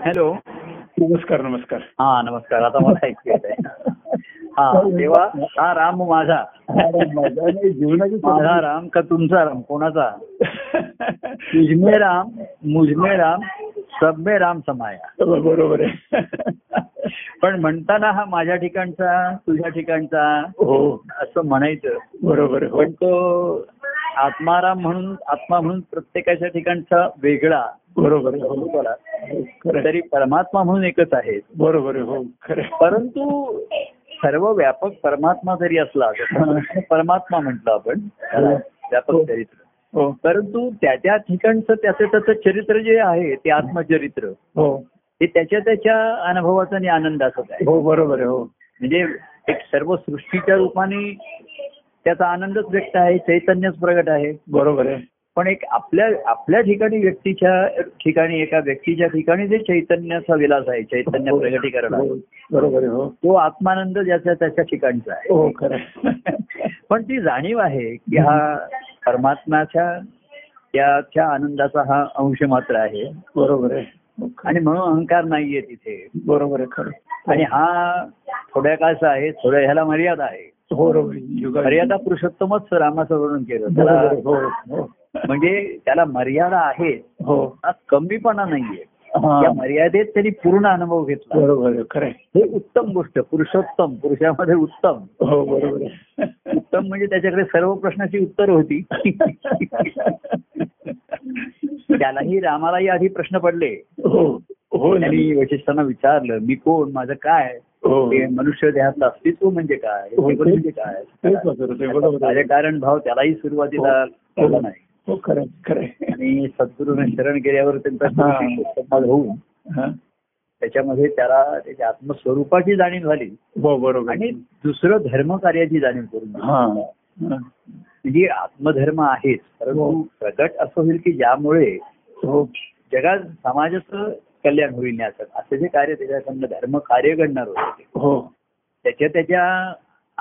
Hello नमस्कार नमस्कार हा नमस्कार आता मला ऐकू येत आहे हा तेव्हा हा राम माझा माझ्या नाही, जीवनाची माझा राम का तुमचा राम कोणाचा हो, तुझमे राम मुझमे राम सबमे राम समाया बरोबर आहे पण म्हणताना हा माझ्या ठिकाणचा तुझ्या ठिकाणचा हो असं म्हणायचं बरोबर आहे, हो. पण तो आत्माराम म्हणून आत्मा म्हणून प्रत्येकाच्या ठिकाणचा वेगळा बरोबर आहे, हो. स्वरूपाला खरं आहे. तरी परमात्मा म्हणून एकच आहे बरोबर आहे, हो खरं आहे. परंतु सर्व व्यापक परमात्मा जरी असला जसं परमात्मा म्हटलं आपण त्याला व्यापक चरित्र हो परंतु त्या त्या ठिकाणचं त्याचं त्याचं चरित्र जे आहे ते आत्मचरित्र हो हे त्याच्या त्याच्या अनुभवाचं आणि आनंदाचंच आहे हो बरोबर आहे, हो म्हणजे एक सर्व सृष्टीच्या रूपाने त्याचा आनंदच व्यक्त आहे चैतन्यच प्रगट आहे बरोबर आहे पण एक आपल्या आपल्या ठिकाणी व्यक्तीच्या ठिकाणी एका व्यक्तीच्या ठिकाणी जे चैतन्याचा विलास आहे चैतन्य हो. प्रगटीकरण आहे हो, बरोबर आहे, हो तो आत्मानंद ज्याच्या त्याच्या ठिकाणचा आहे हो खरं आहे. पण ती जाणीव आहे की हा परमात्म्याच्या त्याच्या आनंदाचा हा अंश मात्र आहे बरोबर आहे हो, खरं आणि म्हणून अहंकार नाहीये तिथे आहे. बरोबर आहे खरं आणि हा थोड्या काळचा आहे थोड्या ह्याला मर्यादा आहे हो बरोबर आहे. युगात- मर्यादा पुरुषोत्तमच रामाचं वर्णन केलं बरोबर त्याला आहे, हो हो म्हणजे त्याला मर्यादा आहे हो हा कमीपणा नाहीये हा. या मर्यादेत त्यांनी पूर्ण अनुभव घेतला बरोबर आहे खरं आहे. हे उत्तम गोष्ट पुरुषोत्तम पुरुषामध्ये उत्तम हो बरोबर आहे उत्तम म्हणजे त्याच्याकडे सर्व प्रश्नाची उत्तर होती त्यालाही रामालाही आधी प्रश्न पडले हो हो ना. त्यांनी वशिष्ठांना विचारलं मी कोण माझं काय हो ते मनुष्य देहातलं अस्तित्व म्हणजे काय हे हो, जगत ते- म्हणजे काय तेच वाचत होते, बरोबर आहे. राजकारण भाव त्यालाही सुरुवातीला हो. कळला नाही हो खरं आहे, खरं आहे. आणि सद्गुरूने शरण केल्यावर त्यांचा हा. कृती संवाद होऊन हा. त्याच्यामध्ये त्याला त्याच्या आत्मस्वरूपाची जाणीव झाली हो बरोबर आणि दुसरं धर्मकार्याची जाणीव करून दिली. हा हा. म्हणजे आत्मधर्म आहेच परंतु हो. प्रगट असं होईल की ज्यामुळे हो जगात समाजाचं कल्याण होईल याचं असे जे कार्य त्याच्याकडनं धर्म कार्य घडणार होते हो त्याच्या त्याच्या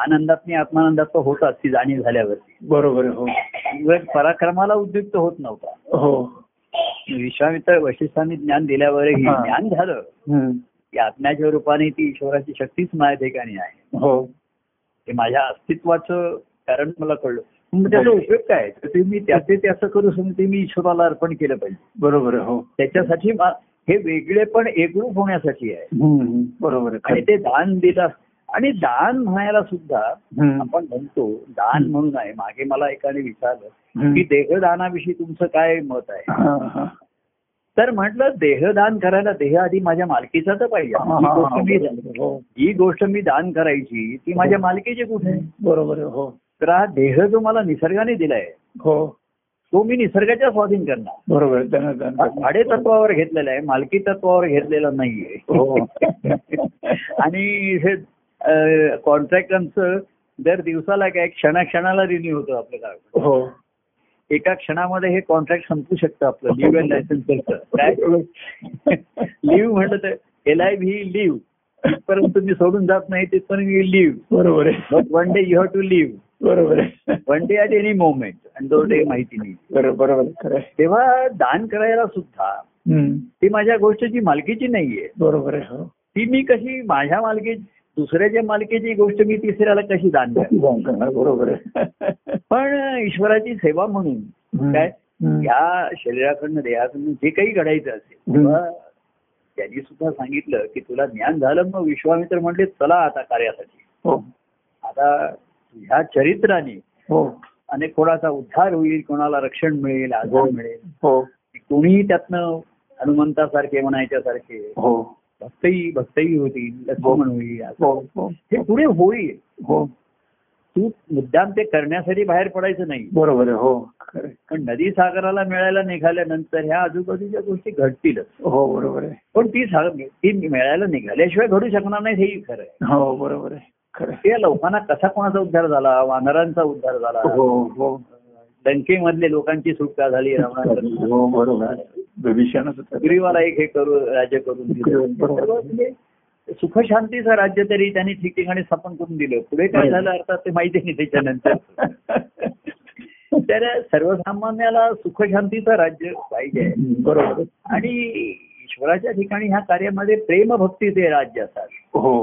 आनंदात आत्मानंदात तो होताच ती जाणीव झाल्यावरती बरोबर आहे, इव्हन पराक्रमाला उद्युक्त होत नव्हता हो हो विश्वामित्र वशिष्ठांनी ज्ञान दिल्यावरही हा. ज्ञान झालं हम्म. की आत्म्याच्या रूपाने ती ईश्वराची शक्तीच माझ्या ठिकाणी आहे हो हे माझ्या अस्तित्वाचं कारण मला कळलं मग त्याचा उपयोग काय तर ते मी त्याचे त्याचं करू समजून ते मी ईश्वराला अर्पण केलं पाहिजे बरोबर आहे, हो त्याच्यासाठी मा- हे वेगळे पण एकरूप होण्यासाठी आहे हम्म, हम्म. बरोबर आहे, खरं आणि आहे. ते दान दिलं आणि दान म्हणायला सुद्धा हम्म. आपण म्हणतो दान म्हणून आहे मागे मला एकाने विचारलं हम्म. की देहदानाविषयी तुमचं काय मत आहे हा, हा. तर म्हटलं देहदान करायला देह आधी माझ्या मालकीचा तर पाहिजे हा, ही हा, गोष्ट हा, मी- बरोबर, हो. ही गोष्ट मी दान करायची ती माझ्या मालकीची कुठे आहे? बरोबर आहे, हो तर हा देह जो मला निसर्गाने दिलाय हो तो मी निसर्गाच्या स्वाधीन करणार बरोबर आहे, धन- धन- हा भाडे तत्वावर घेतलेला आहे मालकी तत्वावर घेतलेला नाहीये हो. आणि हे कॉन्ट्रॅक्टांचं दर दिवसाला काय क्षणाक्षणाला रिन्यू होतं आपलं काय हो एका क्षणामध्ये हे कॉन्ट्रॅक्ट संपू शकतं आपलं लिव्ह अँड लायसन्स काय लिव्ह म्हटलं तर एल आय व्ही लिव्ह परंतु मी सोडून जात नाही ते पण मी लिव्ह बरोबर आहे but one day you have to leave बरोबर आहे one day at any moment आणि तो डे माहिती नाही बरोबर बरोबर आहे, खरं आहे. तेव्हा दान करायला सुद्धा हम्म. ती माझ्या गोष्टीची मालकीची नाहीये बरोबर आहे हो ती मी कशी माझ्या मालकी दुसऱ्याच्या मालकीची गोष्ट मी तिसऱ्याला कशी दान करेन जाऊन करणार, हो, बरोबर आहे पण ईश्वराची सेवा म्हणून काय हम्म. या शरीराकडनं देहाकडनं जे काही घडायचं असेल हम्म. तेव्हा त्यांनी सुद्धा सांगितलं की तुला ज्ञान झालं मग विश्वामित्र म्हणले चला आता कार्यासाठी हो आता ह्या चरित्राने हो अनेक कोणाचा उद्धार होईल कोणाला रक्षण मिळेल आधार मिळेल हो कोणीही त्यातनं हनुमंतासारखे म्हणायच्यासारखे हो भक्तही भक्तही होतील लक्ष्मण होईल असं. हो हो हे पुढे होईल हो तू मुद्दाम ते करण्यासाठी बाहेर पडायचं नाही बरोबर आहे हो खरं आहे. पण नदी सागराला मिळायला निघाल्यानंतर ह्या आजूबाजूच्या गोष्टी घडतीलच हो बरोबर आहे पण ती साग- ती मिळायला निघाल्याशिवाय घडू शकणार नाही हेही खरं आहे हो बरोबर आहे खरं आहे. त्या लोकांना कसा कोणाचा उद्धार झाला वानरांचा उद्धार झाला हो हो लंकेमधले लोकांची सुटका झाली रावणाकडून हो बरोबर आहे विभीषणच होता. सुग्रीवाला एक हे करू राज्य करून दिलं बरोबर. सर्व म्हणजे सुखशांतीचं राज्य तरी त्यांनी ठिकठिकाणी स्थापन करून दिलं पुढे काय झालं अर्थात ते माहिती नाही त्याच्यानंतर तर सर्वसामान्याला सुखशांतीचं राज्य पाहिजे बरोबर आहे. आणि ईश्वराच्या ठिकाणी ह्या कार्यामध्ये प्रेमभक्तीचे राज्य असावे हो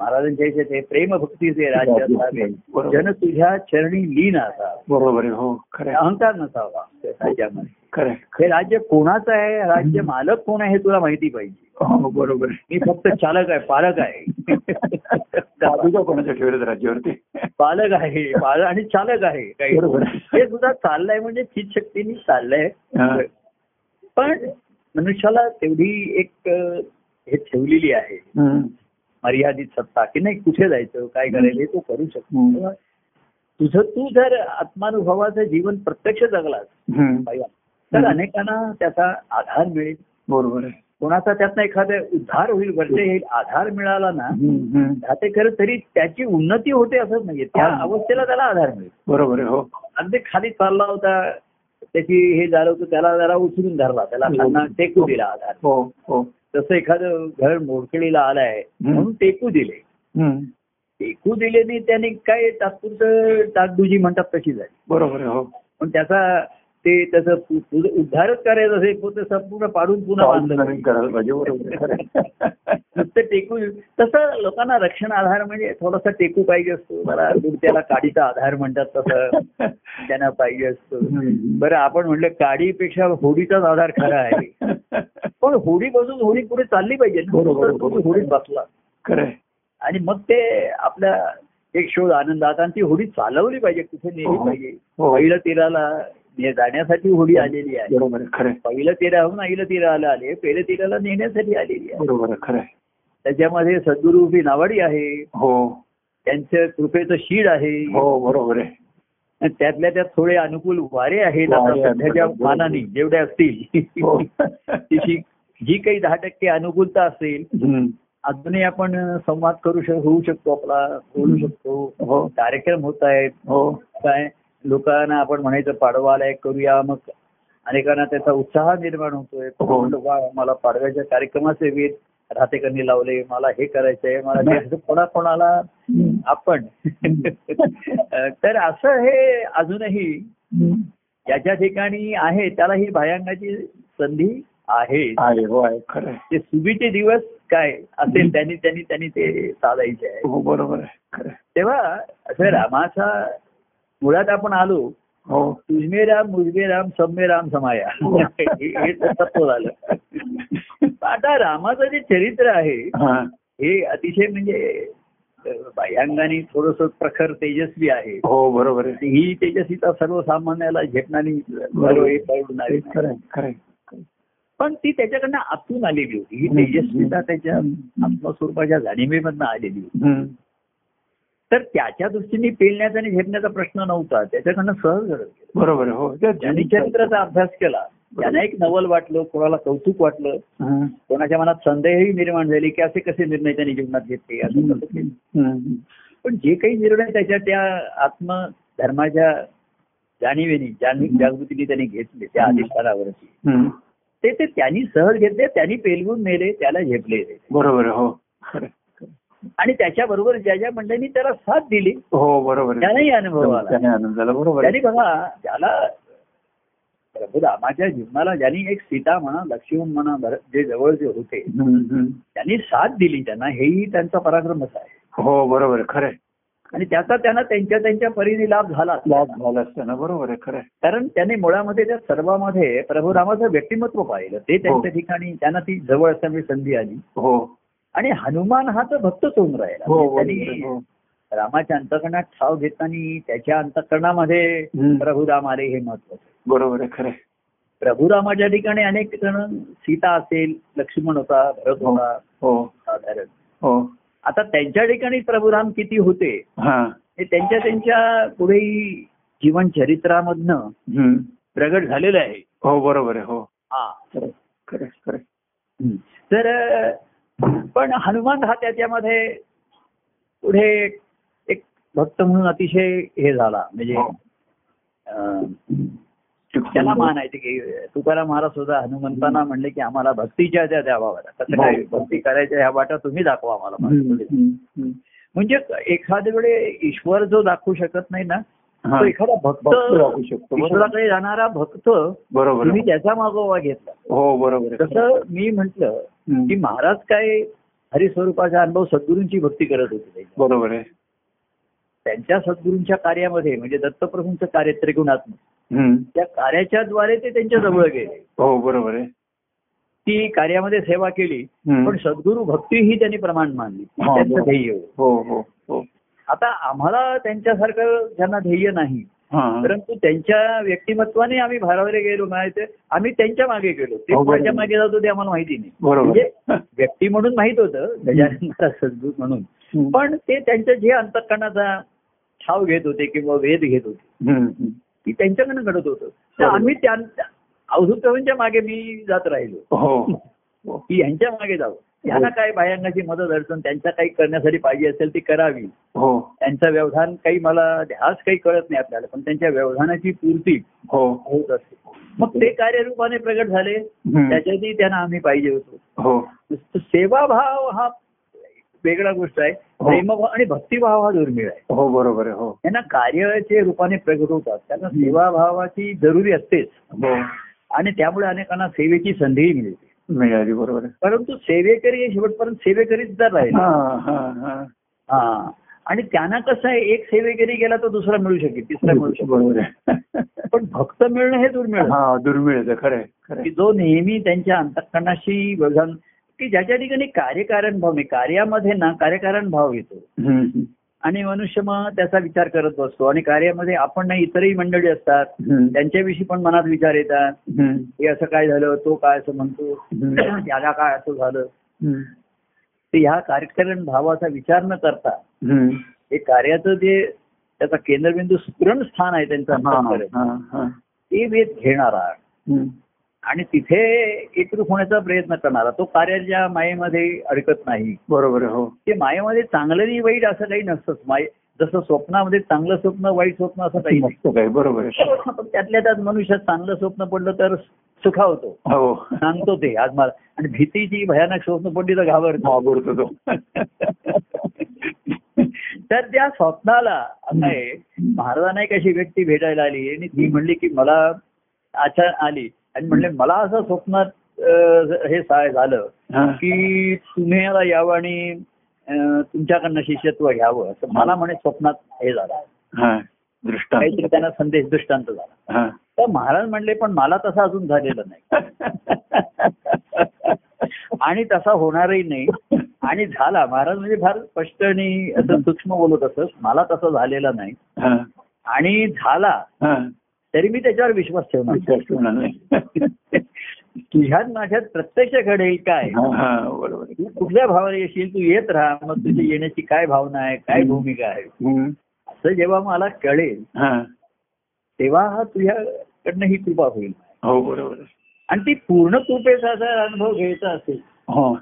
महाराजांच्या इथे ते प्रेमभक्तीचे राज्य असावे बरोबर. जन तुझ्या चरणी लीन असावे बरोबर आहे हो खरं आहे. अहंकार नसावा त्या राज्यामध्ये खरं आहे. हे राज्य कोणाचं आहे राज्य मालक कोण आहे हे तुला माहिती पाहिजे हो बरोबर आहे. मी फक्त चालक आहे पालक आहे पादुका कोणाच्या ठेवल्यात राज्यावरती पालक आहे पाल आणि चालक आहे काही बरोबर आहे. हे सुद्धा चाललंय म्हणजे चित शक्तीने चाललंय हा. पण मनुष्याला तेवढी एक अ, हे ठेवलेली आहे हम्म. मर्यादित सत्ता की नाही कुठे जायचं काय करायचं हे तो करू हम्म. शकतो तुझं तू जर आत्मानुभवाचं जीवन प्रत्यक्ष जगलास हम्म. पाहिला, तर हम्म. अनेकांना त्याचा आधार मिळेल बरोबर आहे कोणाचा त्यातनं एखादा उद्धार होईल वरचे येईल आधार मिळाला ना हम्म. हम्म. ते खरं तरी त्याची उन्नती होते असंच नाहीये त्या हा. अवस्थेला त्याला आधार मिळेल बरोबर आहे हो अगदी खाली चालला होता त्याची हे झालं होतं त्याला जरा उचलून धरला त्याला खालना टेकू दिला आधार हो हो जसं एखादं घर मोडकळीला आलाय हम्म. म्हणून टेकू दिले हम्म. टेकू दिल्याने त्याने काय तात्पुरतं ताकदुजी म्हणतात तशी झाली बरोबर आहे हो पण त्याचा ते त्याचं पु- पुढे उद्धारच करायचं असेल तर त्याचं संपूर्ण पाडून पुन्हा पाऊल बांधलं नवीन करायला पाहिजे बरोबर आहे. खरं आहे. नुसतं टेकू तसं लोकांना रक्षण आधार म्हणजे थोडासा टेकू पाहिजे असतो मला त्याला काडीचा आधार म्हणतात तसं त्यांना पाहिजे असतो हम्म. बरं आपण म्हणलं काडीपेक्षा होडीचाच आधार खरा आहे पण होडी बसून होडी पुढे चालली पाहिजे ना. बरोबर, तर तुम्ही बरोबर. होडीत बसला खरं आहे. आणि मग ते आपल्या एक शोध आनंदात आणि ती होडी चालवली पाहिजे कुठे नेली हो. पाहिजे हो. पहिलं तीराला ने- जाण्यासाठी होडी आलेली आहे बरोबर आहे खरं आहे. पहिलं तीराहून आईलं तीराला आले पहिलं तीराला नेण्यासाठी आलेली आहे बरोबर आहे खरं आहे. त्याच्यामध्ये सद्गुरू ही नावाडी आहे हो त्यांचं कृपेचं शीड आहे हो बरोबर आहे आणि त्यातल्या त्यात थोडे अनुकूल वारे आहेत आता वारे आहेत. सध्याच्या मानाने जेवढे असतील हो तिची जी काही दहा टक्के अनुकूलता असेल हम्म. अजूनही आपण संवाद करू शक होऊ शकतो आपला बोलू शकतो हो कार्यक्रम होत आहेत हो काय लोकांना आपण म्हणायचं पाडवा आलाय करूया मग अनेकांना त्याचा उत्साह निर्माण होतोय पण हो. म्हणलं, वा मला पाडव्याच्या कार्यक्रमाचे वेध राहतेकरणी लावले मला हे करायचंय मला ते असं कोणाकोणाला हम्म. आपण अं, तर असं हे अजूनही हम्म. ज्याच्या ठिकाणी आहे त्याला ही भायंगाची संधी आहे आहे हो आहे खरं आहे. ते सुबीचे दिवस काय असेल त्यांनी त्यांनी त्यांनी ते साधायचे आहे हो बरोबर आहे खरं आहे. तेव्हा असं रामाचा मुळात आपण आलो हो तुझमे राम मुझमे राम सम्मे राम समाया हे हे तर तत्व झालं आता रामाचं जे चरित्र आहे हा हे अतिशय म्हणजे अं, बाह्यांगाने थोडस प्रखर तेजस्वी आहे हो बरोबर आहे ही तेजस्वीता सर्वसामान्याला झेपणारी सर्व हे परवडणारी नाही. खरं आहे, खरं आहे. पण ती त्याच्याकडनं आतून आलेली होती ही हम्म. तेजस्वीता त्याच्या आत्मस्वरूपाच्या जाणीवेमधनं आलेली होती हम्म. तर त्याच्या दृष्टीने पेलण्याचा आणि झेपण्याचा प्रश्न नव्हता त्याच्याकडनं सहज घडत गेलं. बरोबर आहे हो त्या ज्यांनी चरित्राचा अभ्यास केला त्यांना एक नवल वाटलं कोणाला कौतुक वाटलं हम्म. कोणाच्या मनात संदेहही निर्माण झाले की असे कसे निर्णय त्यांनी जीवनात घेतले असं कसं केलं. हम्म. पण जे काही निर्णय त्याच्या त्या आत्मधर्माच्या जाणीवेने जाणीव जागृतीने त्यांनी घेतले त्या अधिष्ठानावरती हम्म. ते ते त्यांनी सहज घेतले त्यांनी पेलवून नेले त्याला झेपले बरोबर आहे हो खरं आहे. आणि त्याच्याबरोबर ज्या ज्या मंडळींनी त्याला साथ दिली हो बरोबर आहे त्यालाही अनुभव आला त्याने आनंद झाला बरोबर आहे त्याने बघा त्याला प्रभू रामाच्या जीवनाला ज्यांनी एक सीता म्हणा लक्ष्मण म्हणा भरत जे जवळचे होते हम्म, हम्म. त्यांनी साथ दिली त्यांना हेही त्यांचा पराक्रमच आहे हो बरोबर आहे खरं आहे. आणि त्याचा त्यांना त्यांच्या त्यांच्या परीने लाभ झाला लाभ झाला असताना बरोबर आहे खरं आहे. कारण त्याने मुळामध्ये त्या सर्वामध्ये प्रभू रामाचं व्यक्तिमत्व पाहिलं ते त्यांच्या ठिकाणी त्यांना ती जवळ असताना संधी आली हो आणि हनुमान हा तर भक्तच होऊन राहिला हो म्हणजे बरोबर आहे, त्यांनी हो. रामाच्या अंतकरणात ठाव घेताना त्याच्या अंतकरणामध्ये हम्म. प्रभू राम आले हे महत्वाचं बरोबर आहे खरं आहे. प्रभू रामाच्या ठिकाणी अनेक जण सीता असेल लक्ष्मण होता भरत हो होता हो साधारण हो आता त्यांच्या ठिकाणी प्रभू राम किती होते हा हे त्यांच्या त्यांच्या पुढेही जीवन चरित्रामधनं हम्म. प्रगट झालेलं आहे हो बरोबर आहे हो हा खरं आहे, खरं आहे, खरं आहे. हं. तर अं, पण हनुमान हा त्याच्यामध्ये पुढे एक भक्त म्हणून अतिशय हे झाला म्हणजे हो. अं, शिक्षण- त्याला मान आहे की तुकाराम महाराज सुद्धा हनुमंतांना म्हणले की आम्हाला भक्तीच्या त्या द्यावा कसं काय हो. भक्ती करायच्या ह्या वाटा तुम्ही दाखवा आम्हाला हम्म, हम्म, हम्म. म्हणजे एखाद्या वेळे ईश्वर जो दाखवू शकत नाही ना हा. तो एखादा भक्त भक्त राहू शकतो. बरोबर. ईश्वराकडे जाणारा भक्त बरोबर तुम्ही त्याचा मागोवा घेतला हो बरोबर आहे. तसं मी म्हंटल हम्म. की महाराज काय हरिस्वरूपाचा अनुभव सद्गुरूंची भक्ती करत होते बरोबर आहे त्यांच्या सद्गुरूंच्या कार्यामध्ये म्हणजे दत्तप्रभूंचं कार्य त्रिगुणात्मक हम्म. त्या कार्याच्या द्वारे ते त्यांच्या जवळ गेले हो बरोबर आहे ती कार्यामध्ये सेवा केली हम्म. पण सद्गुरू भक्ती ही त्यांनी प्रमाण मानली ती हा, त्यांचं बरोबर. ध्येय होतं. हो हो हो आता आम्हाला त्यांच्यासारखं ज्यांना ध्येय नाही हा परंतु त्यांच्या व्यक्तिमत्वाने आम्ही भारावरे गेलो नाही ते आम्ही त्यांच्या मागे गेलो ते हो, बरोबर. कोणाच्या मागे जातो ते आम्हाला माहिती नाही बरोबर म्हणजे व्यक्ती म्हणून माहित होतं गजानन महाराज सद्गुरू म्हणून हम्म. पण ते त्यांच्या जे अंतकरणाचा ठाव घेत होते किंवा वेध घेत होते हम्म, हम्म. ती त्यांच्याकडनं घडत होतं तर बरोबर. आम्ही त्यांच्या अवधूत प्रभूंच्या मागे मी जात राहिलो हो हो की यांच्या मागे जावं त्यांना काय भायंगाची मदत अडचण त्यांच्या काही करण्यासाठी पाहिजे असेल ती करावी हो त्यांचा व्यवधान काही मला ध्यास काही कळत नाही आपल्याला पण त्यांच्या व्यवधानाची पूर्ती हो होत असते मग ते कार्यरूपाने प्रगट झाले हम्म. त्याच्यातही त्यांना आम्ही पाहिजे होतो हो नुसतं सेवाभाव हा वेगळा गोष्ट आहे प्रेमभाव आणि भक्तिभाव हा दुर्मिळ आहे हो बरोबर आहे हो त्यांना कार्याचे रूपाने प्रगट होतात त्यांना सेवाभावाची जरुरी असतेच हो आणि त्यामुळे अनेकांना सेवेची संधीही मिळते मिळाली बरोबर आहे परंतु सेवेकरी हे शेवटपर्यंत सेवेकरीच जर राहिले हा हा हा हा आणि त्यांना कसं आहे एक सेवेकरी गेला तर दुसरा मिळू शकेल तिसरा मिळू शकेल बरोबर आहे पण भक्त मिळणं हे दुर्मिळ आहे. हा दुर्मिळ आहे ते, खरं आहे, खरं की आहे. जो नेहमी त्यांच्या अंतकरणाशी व्यवधान की ज्याच्या ठिकाणी कार्यकारण भाव नाही कार्यामध्ये ना कार्यकारण भाव येतो हम्म, हम्म. आणि मनुष्य मग त्याचा विचार करत बसतो आणि कार्यामध्ये आपण नाही इतरही मंडळी असतात हम्म, त्यांच्याविषयी पण मनात विचार येतात हम्म, हे असं काय झालं तो काय असं म्हणतो हम्म. त्याला काय असं झालं हम्म, ते ह्या कार्यकारण भावाचा विचार न करता हम्म. हे कार्याचं जे त्याचा केंद्रबिंदू स्फुरण स्थान आहे त्यांचं हा, अंतःकरण, हा, हा. ते वेध घेणारा हम्म. आणि तिथे एकरूप होण्याचा प्रयत्न करणारा तो कार्याच्या मायेमध्ये अडकत नाही बरोबर आहे, हो ते मायेमध्ये चांगलं नाही वाईट असं काही नसतं माय जसं स्वप्नामध्ये चांगलं स्वप्न वाईट स्वप्न असं काही नाही मस्त काय बरोबर आहे पण त्यातल्या त्यात मनुष्य चांगलं स्वप्न पडलं तर सुखावतो हो सांगतो ते आज मला आणि भीतीची भयानक स्वप्न पडली तर घाबरतो घाबरतो तो तर त्या स्वप्नाला आता हे महाराजांना एक अशी व्यक्ती भेटायला आली आणि ती म्हणली की मला आचार आली आणि म्हणले मला असं स्वप्नात अं, हे सा- झालं हा. की तुम्ही याला यावं आणि अं, तुमच्याकडनं शिष्यत्व घ्यावं असं मला म्हणे स्वप्नात हे झालं हा. दृष्टांत. काहीतरी त्यांना संदेश दृष्टांत झाला हा. तर महाराज म्हणले पण मला तसा अजून झालेलं नाही आणि तसा होणारही नाही आणि झाला महाराज म्हणजे फार स्पष्ट आणि असं सूक्ष्म बोलत असत मला तसा झालेला नाही हा. आणि झाला हा. तरी मी त्याच्यावर विश्वास ठेवणार विचार ठेवणार नाही. तुझ्यात माझ्यात प्रत्यक्ष घडेल काय हा, हा, बरोबर आहे. तू कुठल्या भावाने येशील तू येत राहा मग तुझी येण्याची काय भावना आहे काय भूमिका आहे हम्म. असं जेव्हा मला कळेल हा. तेव्हा हा तुझ्याकडनं ही कृपा होईल हो बरोबर आहे. आणि ती पूर्ण कृपेचा जर अनुभव घ्यायचा असेल हो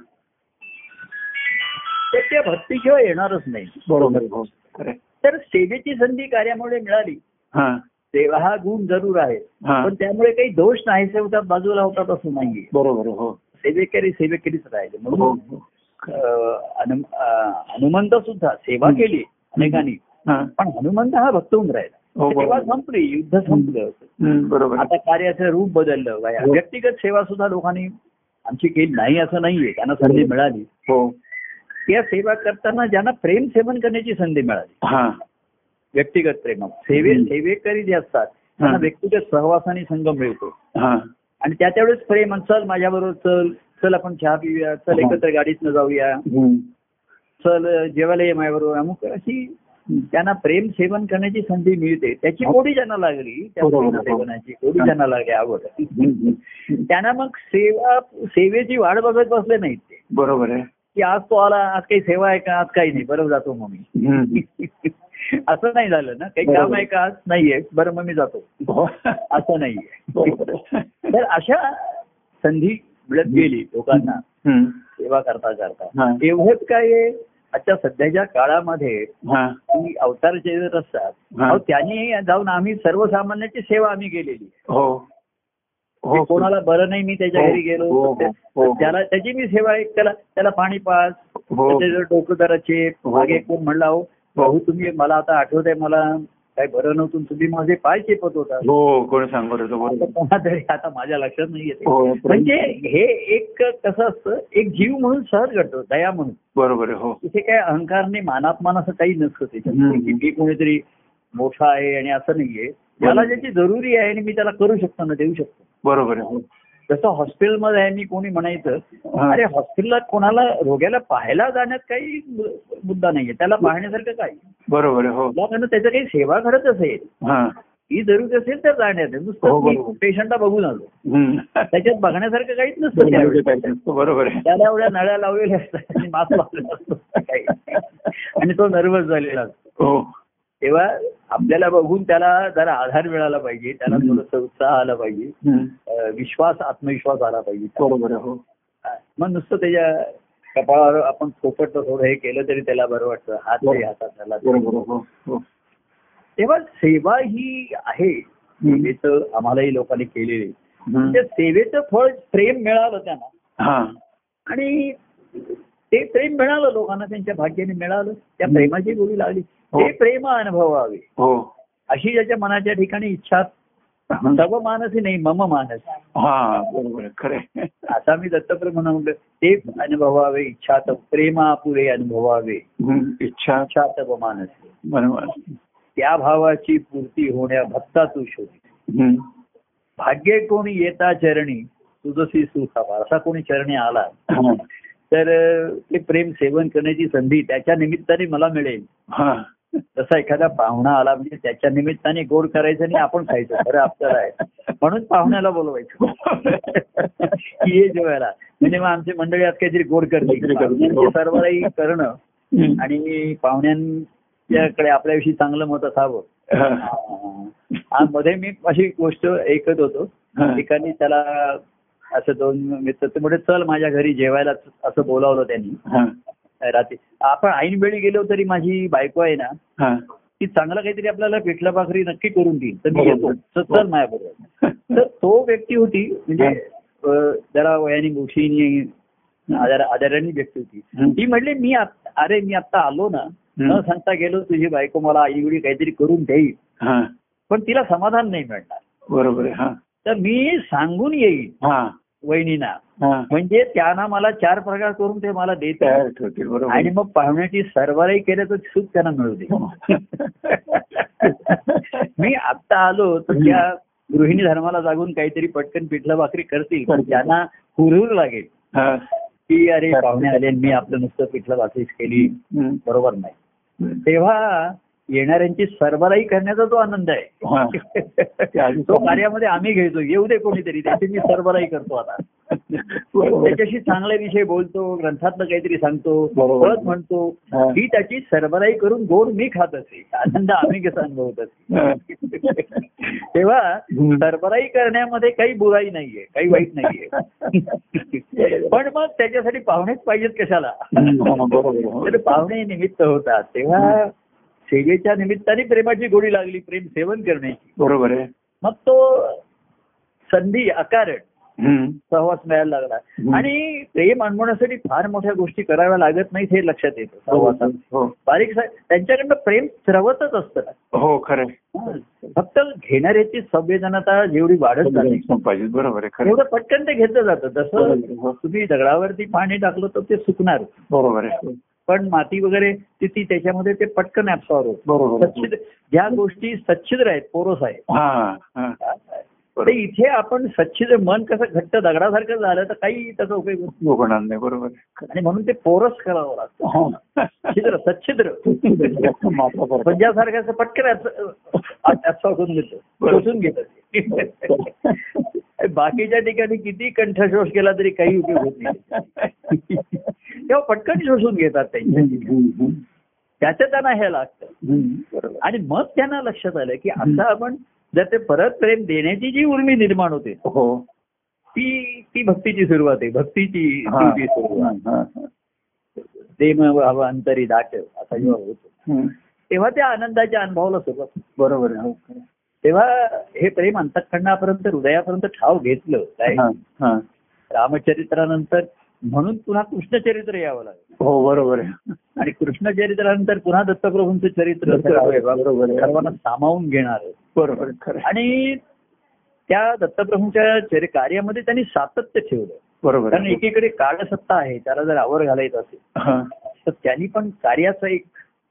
तर त्या भक्तीशिवाय येणारच नाही बरोबर आहे, हो खरं आहे. तर सेवेची संधी कार्यामुळे मिळाली हा सेवा हा गुण जरूर आहे हा पण त्यामुळे काही दोष नाहीसे होतात बाजूला होतात असं नाहीये बरोबर आहे, हो सेवेकरी सेवेकरीच राहिले हो म्हणून हो. अं, हनुम- अं, हनुमंत सुद्धा सेवा हं. केली अनेकांनी हा पण हनुमंत हा भक्त होऊन राहिला हो, बरोबर. सेवा संपली युद्ध संपलं हम्म, बरोबर आहे. आता कार्याचं रूप बदललं वया. हो. व्यक्तिगत सेवा सुद्धा लोकांनी आमची केली नाही असं नाहीये त्यांना संधी मिळाली हो त्या सेवा करताना ज्यांना प्रेम सेवन करण्याची संधी मिळाली हा व्यक्तिगत प्रेम सेवे हं. सेवेकरी जे असतात त्यांना हं. व्यक्तिगत सहवासाने संघ मिळतो हा आणि त्या त्यावेळेस प्रेम आणि चल माझ्याबरोबर चल चल आपण चहा पिऊया चल हो. एकत्र गाडीतनं जाऊया हम्म. चल जेवायला ये माझ्याबरोबर अमुक अशी त्यांना प्रेम सेवन करण्याची संधी मिळते त्याची गोडी ज्यांना लागली त्या हो. बरोबर. प्रेम सेवनाची गोडी ज्यांना लागली आवड हम्म, हम्म. त्यांना मग सेवा सेवेची वाट बघत बसले नाहीत ते बरोबर आहे की आज तो आला आज काही सेवा आहे का आज काही नाही बरं जातो मग मी हम्म. असं नाही झालं ना काही काम बरोबर. आहे का आज नाहीये बरं मग मी जातो हो. असं नाहीये बरोबर आहे. तर अशा संधी मिळत गेली लोकांना हम्म. सेवा करता करता हा. एवढंच काय आहे, आजच्या सध्याच्या काळामध्ये हा की अवतार जे जर असतात हा. अहो, त्यांनी जाऊन आम्ही सर्वसामान्यांची सेवा आम्ही केलेली आहे. हो की हो कोणाला बरं नाही मी त्याच्या हो, घरी हो, गेलो हो, तर हो. त्याला त्याची मी सेवा एक त्याला त्याला पाणी पास हो त्याच्या डोकं जरा चेप हो. मागे कोण म्हणला हो भाऊ तुम्ही मला आता आठवत आहे मला काय बरं नव्हतं तुम्ही माझे पाय चेपत होता हो कोणी सांगत होतं आता बरोबर कोणा तरी आता माझ्या लक्षात नाही येते हो म्हणजे हे एक कसं असतं एक जीव म्हणून सहज घडतो दया म्हणून बरोबर आहे हो इथे काय अहंकार नाही मानापमान असं काही नसतं त्याच्यात हम्म. की मी कोणीतरी मोठा आहे आणि असं नाहीये मला ज्याची जरुरी आहे आणि मी त्याला करू शकतो ना देऊ शकतो बरोबर आहे हो जसं हॉस्पिटलमध्ये आहे मी कोणी म्हणायचं हा. अरे हॉस्पिटलला कोणाला रोग्याला पाहायला जाण्यात काही मु- मुद्दा नाहीये त्याला हो. पाहण्यासारखं काय बरोबर आहे हो मला म्हणणं त्याचं काही सेवा घडत असेल हा ही जरुरी असेल तर जाण्यात आहे. हो, नुसतं बरोबर. मी पेशंटला बघून आलो हम्म. त्याच्यात बघण्यासारखं काहीच नसतं त्यावेळी बरोबर आहे त्याला एवढ्या नळ्या लावलेल्या असतात आणि मास्क लावलेला असतो काही. आणि तो नर्वस झालेला असतो हो तेव्हा आपल्याला बघून त्याला जरा आधार मिळाला पाहिजे त्याला हम्म. थोडस उत्साह आला पाहिजे हम्म. अं, विश्वास आत्मविश्वास आला पाहिजे बरोबर आहे हो मग नुसतं त्याच्या कपाळावर आपण फोकटलं थोडं हे केलं तरी त्याला बरं वाटतं हात हो. तरी हातात त्याला बरोबर आहे हो हो तेव्हा सेवा ही आहे हम्म. सेवेचं आम्हालाही लोकांनी केलेली हम्म. त्या सेवेचं फळ प्रेम मिळालं त्यांना हा आणि ते प्रेम मिळालं लोकांना त्यांच्या भाग्याने मिळालं त्या हं. प्रेमाची गोडी लागली हो. ते प्रेम अनुभवावे हो अशी ज्याच्या मनाच्या ठिकाणी इच्छा सर्व मानसी नाही मम मानस हा बरोबर आहे खरे आता मी दत्तप्रेम म्हणून ते अनुभवावे इच्छा प्रेमापुरे अनुभवावे इच्छा इच्छा तव मानस बरोबर त्या भावाची पूर्ती होण्या भक्ता तू शोधी हम्म. भाग्य कोणी येता चरणी तुझसी सुखावा असा कोणी चरणी आला हा. तर अं, ते प्रेम सेवन करण्याची संधी त्याच्या निमित्ताने मला मिळेल हा. जसा एखादा पाहुणा आला म्हणजे त्याच्या निमित्ताने गोड करायचं आणि आपण खायचं खरं आपल्याला आहे म्हणून पाहुण्याला बोलवायचं की ये जेवायला म्हणजे मग आमची मंडळी आज काहीतरी गोड करते काहीतरी करते. हो. पाहुण्यांचे सर्वांनाही करणं हम्म. आणि पाहुण्यांच्याकडे आपल्याविषयी चांगलं मत असावं हा. आणि मध्ये मी अशी गोष्ट ऐकत होतो हा. ठिकाणी त्याला असं दोन मित्र ते म्हणजे चल माझ्या घरी जेवायला असं बोलावलं त्यांनी हा. रात्री आपण ऐन वेळी गेलो तरी माझी बायको आहे ना हा. की चांगलं काहीतरी आपल्याला पिठला भाकरी नक्की करून देईल तर मी येतो बरोबर. हो. तर चल माझ्याबरोबर तर तो व्यक्ती होती म्हणजे अं, जरा वयाने मोठी आणि आदर- आदरानी व्यक्ती होती हं. ती म्हणली मी आत- अरे मी आता आलो ना न हं. सांगता गेलो तुझी बायको मला आईवडी काहीतरी करून देईल हा. पण तिला समाधान नाही मिळणार बरोबर आहे हा तर मी सांगून येईल हा वहिनीना हा म्हणजे त्यांना मला चार प्रकार करून ते मला देत तयार ठेवतील आणि बरोबर मग पाहुण्याची सर्वारही केलं तर सुख त्यांना मिळू दे मी आत्ता आलो तर त्या गृहिणी धर्माला जागून काहीतरी पटकन पिठलं भाकरी करतील पण करतील. त्यांना हुरहुर लागेल हा. की अरे पाहुणे आले आणि मी आपलं नुसतं पिठलं भाकरीच केली हम्म. बरोबर नाही तेव्हा येणाऱ्यांची सर्वाराई करण्याचा तो आनंद आहे हा. त्या आधी तो कार्यामध्ये आम्ही घेतो येऊ दे कोणीतरी त्याची मी सर्वाराई करतो आता बरोबर. त्याच्याशी चांगल्या विषय बोलतो ग्रंथातलं काहीतरी सांगतो बरोबर. परत म्हणतो हा. ही त्याची सरबराई करून गोड मी खात असे आनंद आम्ही कसं अनुभवत हा. असे तेव्हा हम्म. सरबराई करण्यामध्ये काही बुराई नाहीये काही वाईट नाहीये पण मग त्याच्यासाठी पाहुणेच पाहिजेत कशाला हम्म. बरोबर. हो. तर पाहुणे निमित्त होतात तेव्हा सेवेच्या निमित्ताने प्रेमाची गोडी लागली प्रेम सेवन करण्याची बरोबर आहे मग तो संधी अकारण हम्म. सहवास मिळायला हम्म. लागला आणि प्रेम अनुभवण्यासाठी फार मोठ्या गोष्टी कराव्या लागत नाहीत हे लक्षात येतं सहवासात हो बारीक सा- त्यांच्याकडनं प्रेम स्रवतच असतं हो खरं आहे. फक्त घेणाऱ्याची संवेदनता जेवढी वाढत जाते संपादित बरोबर आहे खरं आहे. तेवढं पटकन ते घेतलं जातं जसं बरोबर आहे. हो. तुम्ही दगडावरती पाणी टाकलं तर ते सुकणार बरोबर आहे हो. पण माती वगैरे ती ती त्याच्यामध्ये ते पटकन ऍब्सॉर्व होतं बरोबर आहे. सच्छिद्र ज्या गोष्टी सच्छिद्र आहेत पोरस आहेत हा हा ते इथे आपण सच्छिद्र मन कसं घट्ट दगडासारखं झालं तर काही त्याचा उपयोग होत होणार नाही बरोबर आहे. नाही. आणि म्हणून ते पोरस करावं लागतं हो. छिद्र सच्छिद्र मात्र बरोबर. पंजासारखं असं पटकन ऍब्सॉर्ब होऊन घेतं शोषून घेतं ते. बाकीच्या ठिकाणी किती कंठशोष केला तरी काही उपयोग होत नाही तेव्हा पटकन शोषून घेतात त्यांचे हम्म, हम्म, हम्म. त्याचं त्यांना हे लागतं हम्म, बरोबर. आणि मग त्यांना लक्षात आलं की असं आपण जर ते परत प्रेम देण्याची जी उर्मी निर्माण होते हो ती ती भक्तीची सुरुवात आहे भक्तीची हा. ती- ती सुरुवात हा, हा. प्रेम हवं अंतरी दाट असा जेव्हा होतो हम्म, तेव्हा त्या आनंदाच्या अनुभवाला सुरुवात होते. बरोबर आहे हो, खरं आहे. तेव्हा हे प्रेम अंतखंडापर्यंत हृदयापर्यंत ठाव घेतलं काय हा, हा. रामचरित्रानंतर म्हणून पुन्हा कृष्णचरित्र यावं लागलं हो बरोबर आहे आणि कृष्ण चरित्रानंतर पुन्हा दत्तप्रभूंचं चरित्र बरोबर आहे. सर्वांना सामावून घेणार बरोबर आहे, खरं आहे. आणि त्या दत्तप्रभूंच्या चरि- कार्यामध्ये त्यांनी सातत्य ठेवलं बरोबर कारण आहे. एकीकडे काळसत्ता आहे त्याला जर आवर घालायचं असेल हा. तर त्यांनी पण कार्याचं एक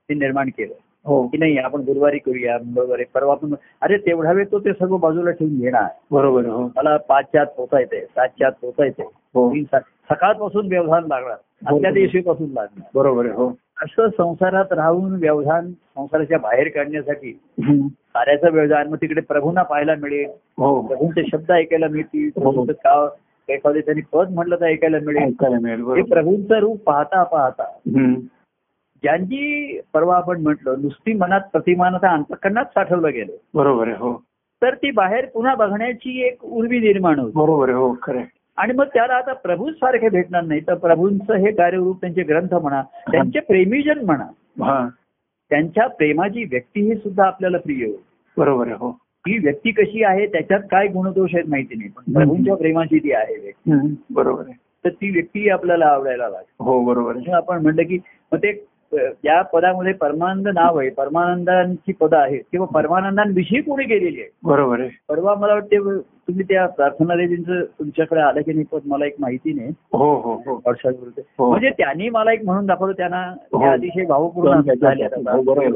ते निर्माण केलं हो की नाही आपण गुरुवारी करूया मंगळवारी परवा आपण अरे तेवढा वेळ तो ते सर्व बाजूला ठेवून घेणार बरोबर आहे, हो मला पाचच्या आत पोहता येते सातच्या आत पोहता येते हो तीन सात सकाळपासून व्यवधान लागणार आजच्या दिवशीपासून लागणार बरोबर आहे हो असं संसारात राहून व्यवधान संसाराच्या बाहेर काढण्यासाठी हम्म. कार्याचा व्यवधान मग तिकडे प्रभूंना पाहायला मिळेल हो प्रभूंचे शब्द ऐकायला मिळतील हो. प्रभूंचं का एखादं त्यांनी पद म्हटलं तर ऐकायला मिळेल ऐकायला मिळेल हे बरोबर प्रभूंचं रूप पाहता पाहता हम्म. ज्यांची परवा आपण म्हटलं नुसती मनात प्रतिमानता अंतकरणात साठवलं गेलं बरोबर आहे हो तर ती बाहेर पुन्हा बघण्याची एक उर्वी निर्माण होती बरोबर आहे हो खरं आहे. आणि मग त्याला आता प्रभूच सारखे भेटणार नाही तर प्रभूंचं हे कार्यरूप त्यांचे ग्रंथ म्हणा त्यांचे प्रेमीजन म्हणा हा त्यांच्या प्रेमाची व्यक्ती ही सुद्धा आपल्याला प्रिय होती बरोबर आहे हो ही व्यक्ती कशी आहे त्याच्यात काय गुणदोष आहेत माहिती नाही पण हम्म. प्रभूंच्या प्रेमाची ती आहे व्यक्ती हम्म. बरोबर आहे तर ती व्यक्ती आपल्याला आवडायला लागली हो बरोबर आहे म्हणून आपण म्हणलं की मग ते अ, या पदामध्ये परमानंद नाव आहे परमानंदांची पदं आहेत किंवा परमानंदांविषयी कोणी गेलेली आहे बरोबर आहे परवा मला वाटते अ, तुम्ही त्या प्रार्थना रेजींचं तुमच्याकडे आलं की नाही पण मला एक माहिती नाही हो हो हो व्हॉट्सअपवरती. हो. म्हणजे त्यांनी मला एक म्हणून दाखवलं त्यांना हो. त्या अतिशय भावपूर्ण झाल्या त्या बरोबर आहे.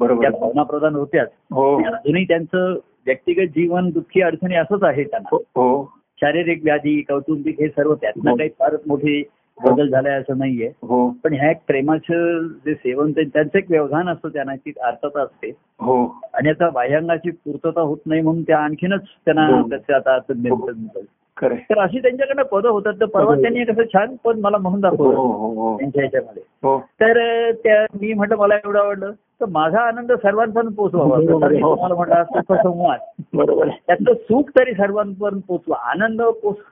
बरोबर त्या आहे. भावना प्रधान होत्याच हो आणि अजूनही त्यांचं व्यक्तिगत जीवन दुःखी अडचणी असंच आहे त्यांना हो हो शारीरिक व्याधी कौटुंबिक हे सर्व त्यातनं हो. काही फारच मोठे हो. बदल झालाय असं नाहीये हो पण ह्या एक प्रेमाचं जे सेवन ते- त्यांचं एक व्यवधान असतं त्यांना ती अर्थता असते हो आणि आता बाह्यांगाची पूर्तता होत नाही म्हणून त्या आणखीनच त्यांना हो. त्याचे आता तज्ञ- हो. तज्ञ- खरं आहे. तर अशी त्यांच्याकडनं पदं होतात तर परवा हो. त्यांनी एक असं छान पद मला म्हणून हो दाखवलं हो हो त्यांच्या ह्याच्यामध्ये हो तर अं, त्या मी म्हटलं मला एवढं आवडलं तर माझा आनंद सर्वांपर्यंत पोहोचवा हो. तसं मी तुम्हाला म्हटलं सुख संवाद बरोबर आहे. त्यातलं सुख तरी सर्वांपर्यंत पोहोचवा आनंद पोच-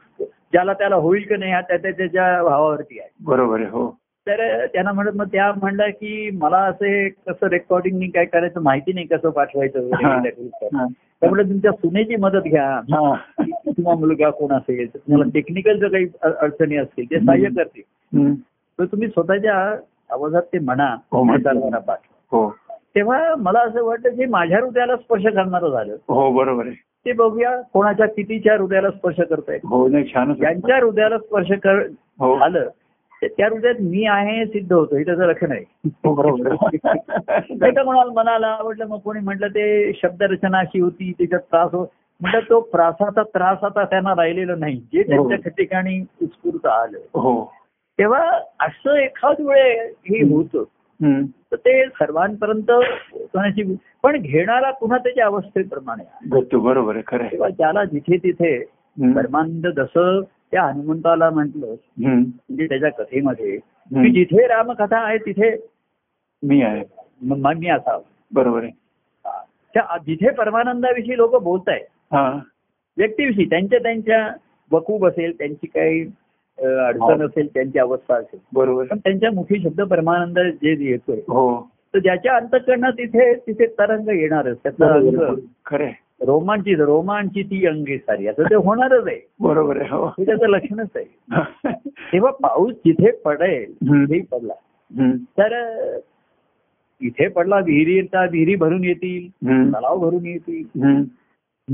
ज्याला त्याला होईल की नाही हा त्या त्या- त्याच्या भावावरती आहे बरोबर आहे हो तर त्यांना म्हणत मग त्या म्हणल्या की मला असं हे कसं रेकॉर्डिंग काय करायचं माहिती नाही कसं पाठवायचं हा. वगैरे त्यामुळे हा. तुमच्या सुनेची मदत घ्या हा. किंवा मुलगा कोण असेल तुम्हाला टेक्निकल जर काही अ- अडचणी असतील ते सहाय्य हम्म. करतील हम्म. तर तुम्ही स्वतःच्या आवाजात ते म्हणा हो, म्हणतो. सर्वांना पाठवा हो तेव्हा मला असं वाटलं जे माझ्या हृदयाला स्पर्श करणारं झालं हो बरोबर आहे ते बघूया कोणाच्या कितीच्या हृदयाला स्पर्श करताय हो नाही छानच आहे. ज्यांच्या हृदयाला स्पर्श कर हो झालं ते- त्या हृदयात मी आहे हे सिद्ध होतो हे त्याचं लक्षण आहे हो, बरोबर आहे. नाही तर म्हणाल मनाला आवडलं मग कोणी म्हटलं ते शब्दरचना अशी होती त्याच्यात त्रास हो म्हटलं तो प्रासाचा त्रास आता त्यांना राहिलेला नाही जे त्यांच्या ठिकाणी उत्स्फूर्त आलं हो तेव्हा असं एखाद वेळ हे होतं हम्म. तर ते सर्वांपर्यंत पोहोचण्याची पण घेणारा पुन्हा त्याच्या अवस्थेप्रमाणे आहे. गट्टू बरोबर आहे खरं आहे. तेव्हा त्याला जिथे तिथे हम्म. परमानंद जसं त्या हनुमंताला म्हटलं हम्म. म्हणजे त्याच्या कथेमध्ये की हम्म. जिथे रामकथा आहे तिथे मी आहे म- मान्य असावं बरोबर आहे हा. त्या जिथे परमानंदाविषयी लोक बोलत आहेत हा व्यक्तीविषयी त्यांच्या त्यांच्या वकूब असेल त्यांची काही अ, अडचण हो. असेल त्यांची अवस्था असेल बरोबर पण त्यांच्या मुखी शब्द परमानंद जे येतोय हो तर ज्याच्या अंतकरणात तिथे तिथे तरंग येणारच त्याचा अंग बरोबर आहे. खरं आहे. रोमांचित रोमांची ती अंगी सारी असं ते होणारच आहे बरोबर आहे हो हे त्याचं लक्षणच आहे हम्म. तेव्हा पाऊस जिथे पडेल हम्म. तिथेही पडला तर अ, इथे पडला विहिरी येतात विहिरी भरून येतील हम्म. तलाव भरून येतील हम्म.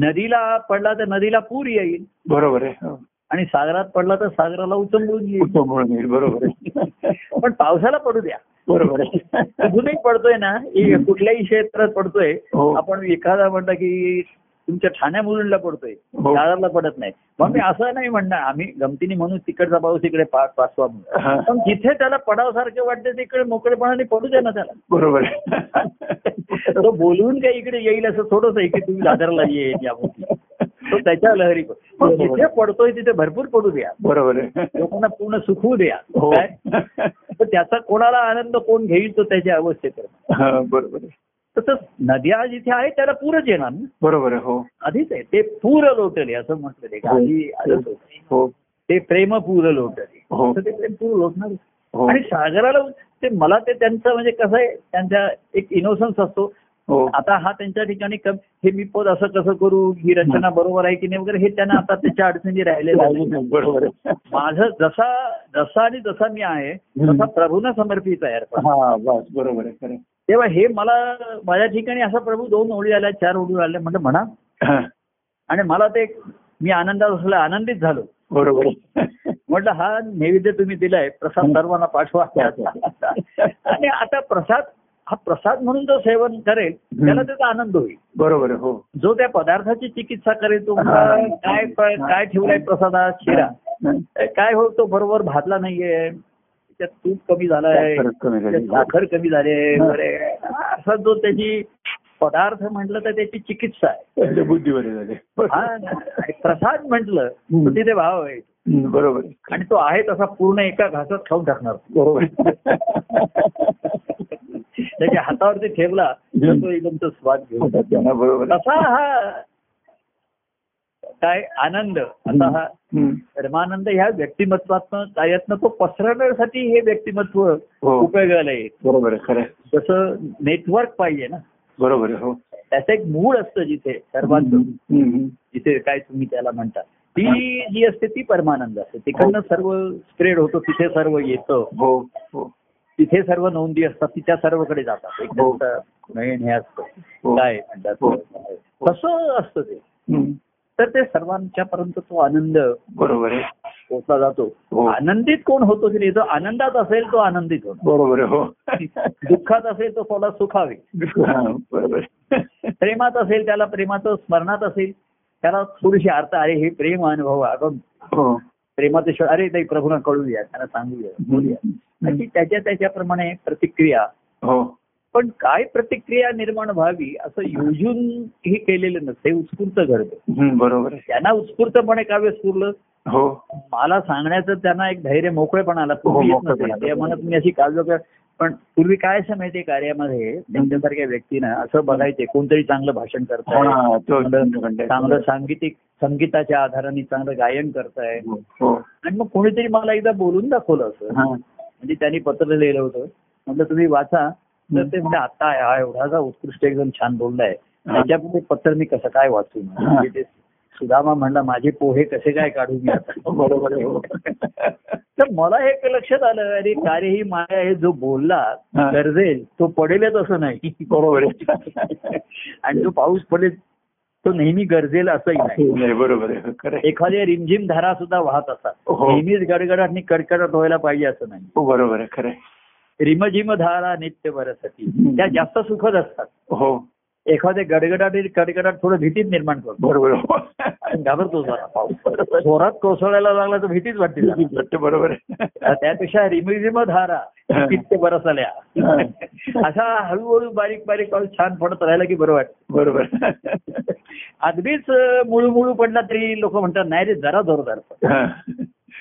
नदीला पडला तर नदीला पूर येईल बरोबर आहे हो. आणि सागरात पडला तर सागराला उचंबळून येईल उत्तम म्हणून येईल बरोबर आहे पण पावसाला पडू द्या बरोबर आहे अजूनही पडतोय ना हे हम्म. कुठल्याही क्षेत्रात पडतोय हो. आपण एखादा म्हणलं की तुमच्या ठाण्या मुलुंडला पडतोय हो. दादरला पडत नाही मग मी असं नाही म्हणणार आम्ही गमतीने म्हणून तिकडचा पाऊस इकडे पा- पाचवा म्हणून. हा. पण जिथे त्याला पडावसारखं वाटतं तिकडे मोकळेपणाने पडू द्या ना त्याला बरोबर आहे तो बोलवून काही इकडे येईल असं थोडंच आहे की तुम्ही दादरला ये यामध्ये तो त्याच्या लहरी पण बरोबर. जिथे पडतोय तिथे भरपूर पडू द्या बरोबर आहे लोकांना पूर्ण सुखवू द्या हो काय तर त्याचा कोणाला आनंद कोण घेईल तो त्याच्या अवस्थेत हा, बरोबर आहे तसंच नद्या जिथे आहे त्याला पूरच येणार ना बरोबर आहे हो आधीच आहे ते पूर लोटले असं म्हटलेलं आहे. आधी आलंच होतं हो ते प्रेम पूर लोटले हो. तर ते प्रेम पूर लोटणार हो आणि सागराला ते मला ते त्यांचं म्हणजे कसं आहे त्यांचा एक इनोसन्स असतो हो आता हा त्यांच्या ठिकाणी कम- हे मी पद असं कसं करू ही रचना बरोबर आहे की नाही वगैरे हे त्यांना आता त्याच्या अडचणी राहिलेल्या राहिलं नाही. नाही, बरोबर आहे. माझं जसा जसा आणि जसा मी आहे हम्म. तसा प्रभूंना समर्पित आहे अर्पण. हा बस बरोबर आहे खरं तेव्हा हे मला माझ्या ठिकाणी असा प्रभू दोन ओळी आल्या चार ओळी आल्या म्हटलं म्हणा हा, आणि मला ते मी आनंदात असलं आनंदित झालो बरोबर आहे. म्हटलं हा नैवेद्य तुम्ही दिलाय प्रसाद हम्म. सर्वांना पाठवा आणि आता प्रसाद हा प्रसाद म्हणून जो सेवन करेल त्याला त्याचा आनंद होईल बरोबर आहे, हो जो त्या पदार्थाची चिकित्सा करेल तो म्हणणार, हा. काय प- काय ठेवलाय प्रसादात शिरा काय हो तो बरोबर भाजला नाहीये त्यात तूप कमी झालाय साखर कमी झाली. त्यात साखर कमी झाली आहे हा. वगैरे असा जो त्याची पदार्थ म्हटलं तर त्याची चिकित्सा आहे त्याच्या बुद्धीवर आहे झाले हा, बरोबर आणि प्रसाद म्हटलं तर तिथे भाव आहे हम्म, बरोबर आहे. आणि तो आहे तसा पूर्ण एका घासात खाऊन टाकणार बरोबर त्याच्या हातावरती ठेवला तर तो एकदम तो स्वाद घेऊन त्यांना बरोबर आहे. तसा हा काय आनंद असा हा हम्म, धर्मानंद ह्या व्यक्तिमत्वातनं कार्यातनं तो पसरवण्यासाठी हे व्यक्तिमत्व हो. उपयोगाला येईल बरोबर आहे खरं आहे. जसं नेटवर्क पाहिजे ना बरोबर आहे हो त्याचं एक मूळ असतं जिथे सर्वांचं हम्म, हम्म. जिथे काय तुम्ही त्याला म्हणता ती जी असते ती परमानंद असते तिकडनं सर्व स्प्रेड होतो तिथे सर्व येतं हो हो तिथे सर्व नोंदी असतात तिच्या सर्वकडे जातात एक हो. त्यांचं नवीन हे असतं हो. काय म्हणतात कसं असतं ते हम्म, तर ते सर्वांच्या पर्यंत तो आनंद बरोबर आहे पोचला हो. जातो आनंदित कोण होतो की नाही जो आनंदात असेल तो आनंदित होतो बरोबर आहे हो दुःखात असेल तो त्याला सुखावे हा, बरोबर आहे. प्रेमात असेल त्याला प्रेमाचं स्मरणात असेल त्याला थोडीशी अर्थ अरे हे प्रेम अनुभव आपण हो प्रेमाचे शो- अरे नाही प्रभूंना कळू द्या त्यांना सांगू द्या बोलूया अशी त्याच्या त्याच्याप्रमाणे प्रतिक्रिया हो पण काय प्रतिक्रिया निर्माण व्हावी असं योजून हे केलेलं नसते उत्स्फूर्त घडतं हम्म, बरोबर आहे त्यांना उत्स्फूर्तपणे काव्य स्फुरलं हो मला सांगण्याचं त्यांना एक धैर्य मोकळेपणा आला पूर्वी येत मोकळेपणा. नसेल. ते म्हणत मी अशी काव्य कर- पण पूर्वी काय असं माहितीये कार्यामध्ये त्यांच्यासारख्या व्यक्तीनं असं बघायचे कोणतरी चांगलं भाषण करताय हा, तो चांगलं चांगलं सांगीतिक संगीताच्या आधाराने चांगलं गायन करताय हो, हो आणि मग कोणीतरी मला एकदा बोलून दाखवलं असं हा, म्हणजे त्यांनी पत्र लिहिलं होतं म्हटलं तुम्ही वाचा तर ते म्हणजे आता हा एवढासा उत्कृष्ट एकदम छान बोललाय त्याच्यापुढे पत्र मी कसं काय वाचू म्हणजे ते सुदामा म्हणला माझे पोहे कसे काय काढू मी आता बरोबर आहे हो तर मला हे एक लक्षात आलं अरे कार्य ही माया आहे जो बोलला हा. गरजेल तो पडेलच असं नाही बरोबर आहे आणि जो पाऊस पडेल तो नेहमी गरजेल असंही नाही हो, नाही बरोबर आहे खरं आहे. एखाद्या रिमझिम धारा सुद्धा वाहत असतात हो. नेहमीच गडगडाट आणि कडकडत व्हायला पाहिजे असं नाही हो बरोबर आहे खरं आहे. रिमझिम धारा नित्य बरसती हम्म. त्या जास्त सुखद असतात हो एखाद्या गडगडाट आणि कडकडाट थोडं भीतीच निर्माण करतो बरोबर आहे. आणि घाबरतो जरा बरोबर आहे. जोरात कोसळायला लागला तर भीतीच वाटते जरा. वाटतं बरोबर आहे. तर त्यापेक्षा रिमझिम धारा हा. नित्य बरसल्या हा. असा हळूहळू बारीक बारीक पाऊस छान पडत राहिला की बरं वाटतं बरोबर अगदीच अं, मुळू मुळू पडला तरी लोक म्हणतात नाही रे जरा जोरदार पड." हा.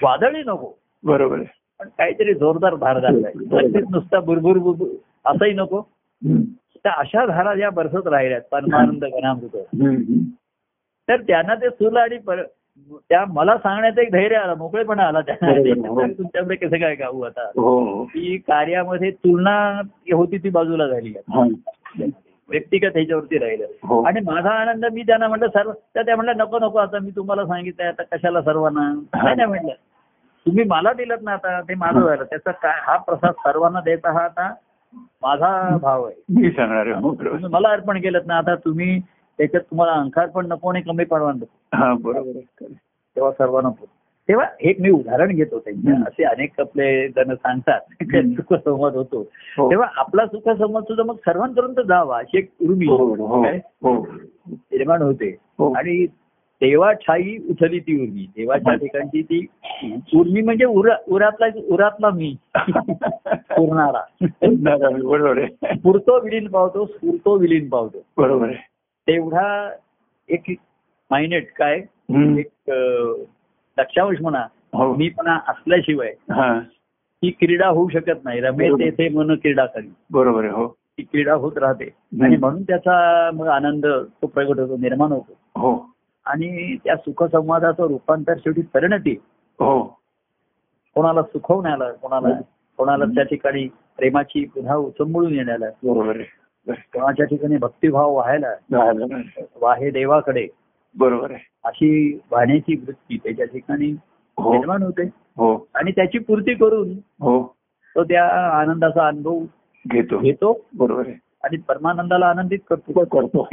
वादळी नको बरोबर आहे. पण काहीतरी जोरदार धारदार पाहिजे. अगदीच नुसता बुरबुर बुरबुर असंही नको हम्म. तर अशा धारा ज्या बरसत राहिल्यात परमानंद घनामृत हम्म. तर त्यांना ते सुलं आणि पर- त्या मला सांगण्याचं एक धैर्य आलं मोकळेपणा आला बरोबर. त्यांना तुमच्याकडे कसं काय गाऊ आता हो हो ही कार्यामध्ये तुलना होती ती बाजूला झाली हा. म्हणजे व्यक्तिगत ह्याच्यावरती राहिलं हो. आणि माझा आनंद मी त्यांना म्हटलं सर्व तर त्या म्हणल्या नको नको आता मी तुम्हाला सांगितलंय आता कशाला सर्वांना नाही नाही म्हटलं तुम्ही मला दिलत ना आता ते माझं झालं त्याचा काय हा प्रसाद सर्वांना द्यायचा हा आता माझा भाव आहे मी सांगणार आहे हो बरोबर तुम्ही मला अर्पण केलं ना आता तुम्ही त्याच्यात तुम्हाला अंकार पण नको आणि कमी पडवा नको हा बरोबर आहे खरं आहे. तेव्हा सर्वांना होतं. तेव्हा एक मी उदाहरण घेतो त्यांच्या हम्म. असे अनेक आपले जण सांगतात ते हम्म. सुखसंवाद होतो हो. तेव्हा आपला सुखसंवाद सुद्धा मग सर्वांपर्यंत जावा अशी एक उर्मी बरोबर काय आहे. हो हो निर्माण होते हो. आणि देवाछाई उठली ती उर्मी देवाच्या हम्म. ठिकाणची ती उर्मी म्हणजे उरा- उरातला उरातला मी पुरणारा नारायण, बरोबर आहे पुरतो विलीन पावतो स्फुरतो विलीन पावतो बरोबर आहे तेवढा एक मायनेट काय हम्म. एक अं, लक्षांश म्हणा हो मी पण असल्याशिवाय हा ही क्रीडा होऊ शकत नाही रमेश बरोबर. तेथे मन क्रीडा करी बरोबर आहे हो ही क्रीडा होत राहते आणि म्हणून त्याचा मग आनंद तो प्रगट होतो निर्माण होतो हो आणि त्या सुखसंवादाचं रूपांतर शेवटी परिणती हो कोणाला सुखवण्याला कोणाला कोणाला त्या ठिकाणी प्रेमाची पुन्हा उचंबळून येण्याला बरोबर आहे कोणाच्या ठिकाणी भक्तिभाव व्हायला झालं. वाहे देवाकडे बरोबर आहे अशी वाहण्याची वृत्ती त्याच्या ठिकाणी हो निर्माण होते हो आणि त्याची पूर्ती करून हो तो त्या आनंदाचा अनुभव घेतो घेतो बरोबर आहे हो, आणि परमानंदाला आनंदित करतो करतो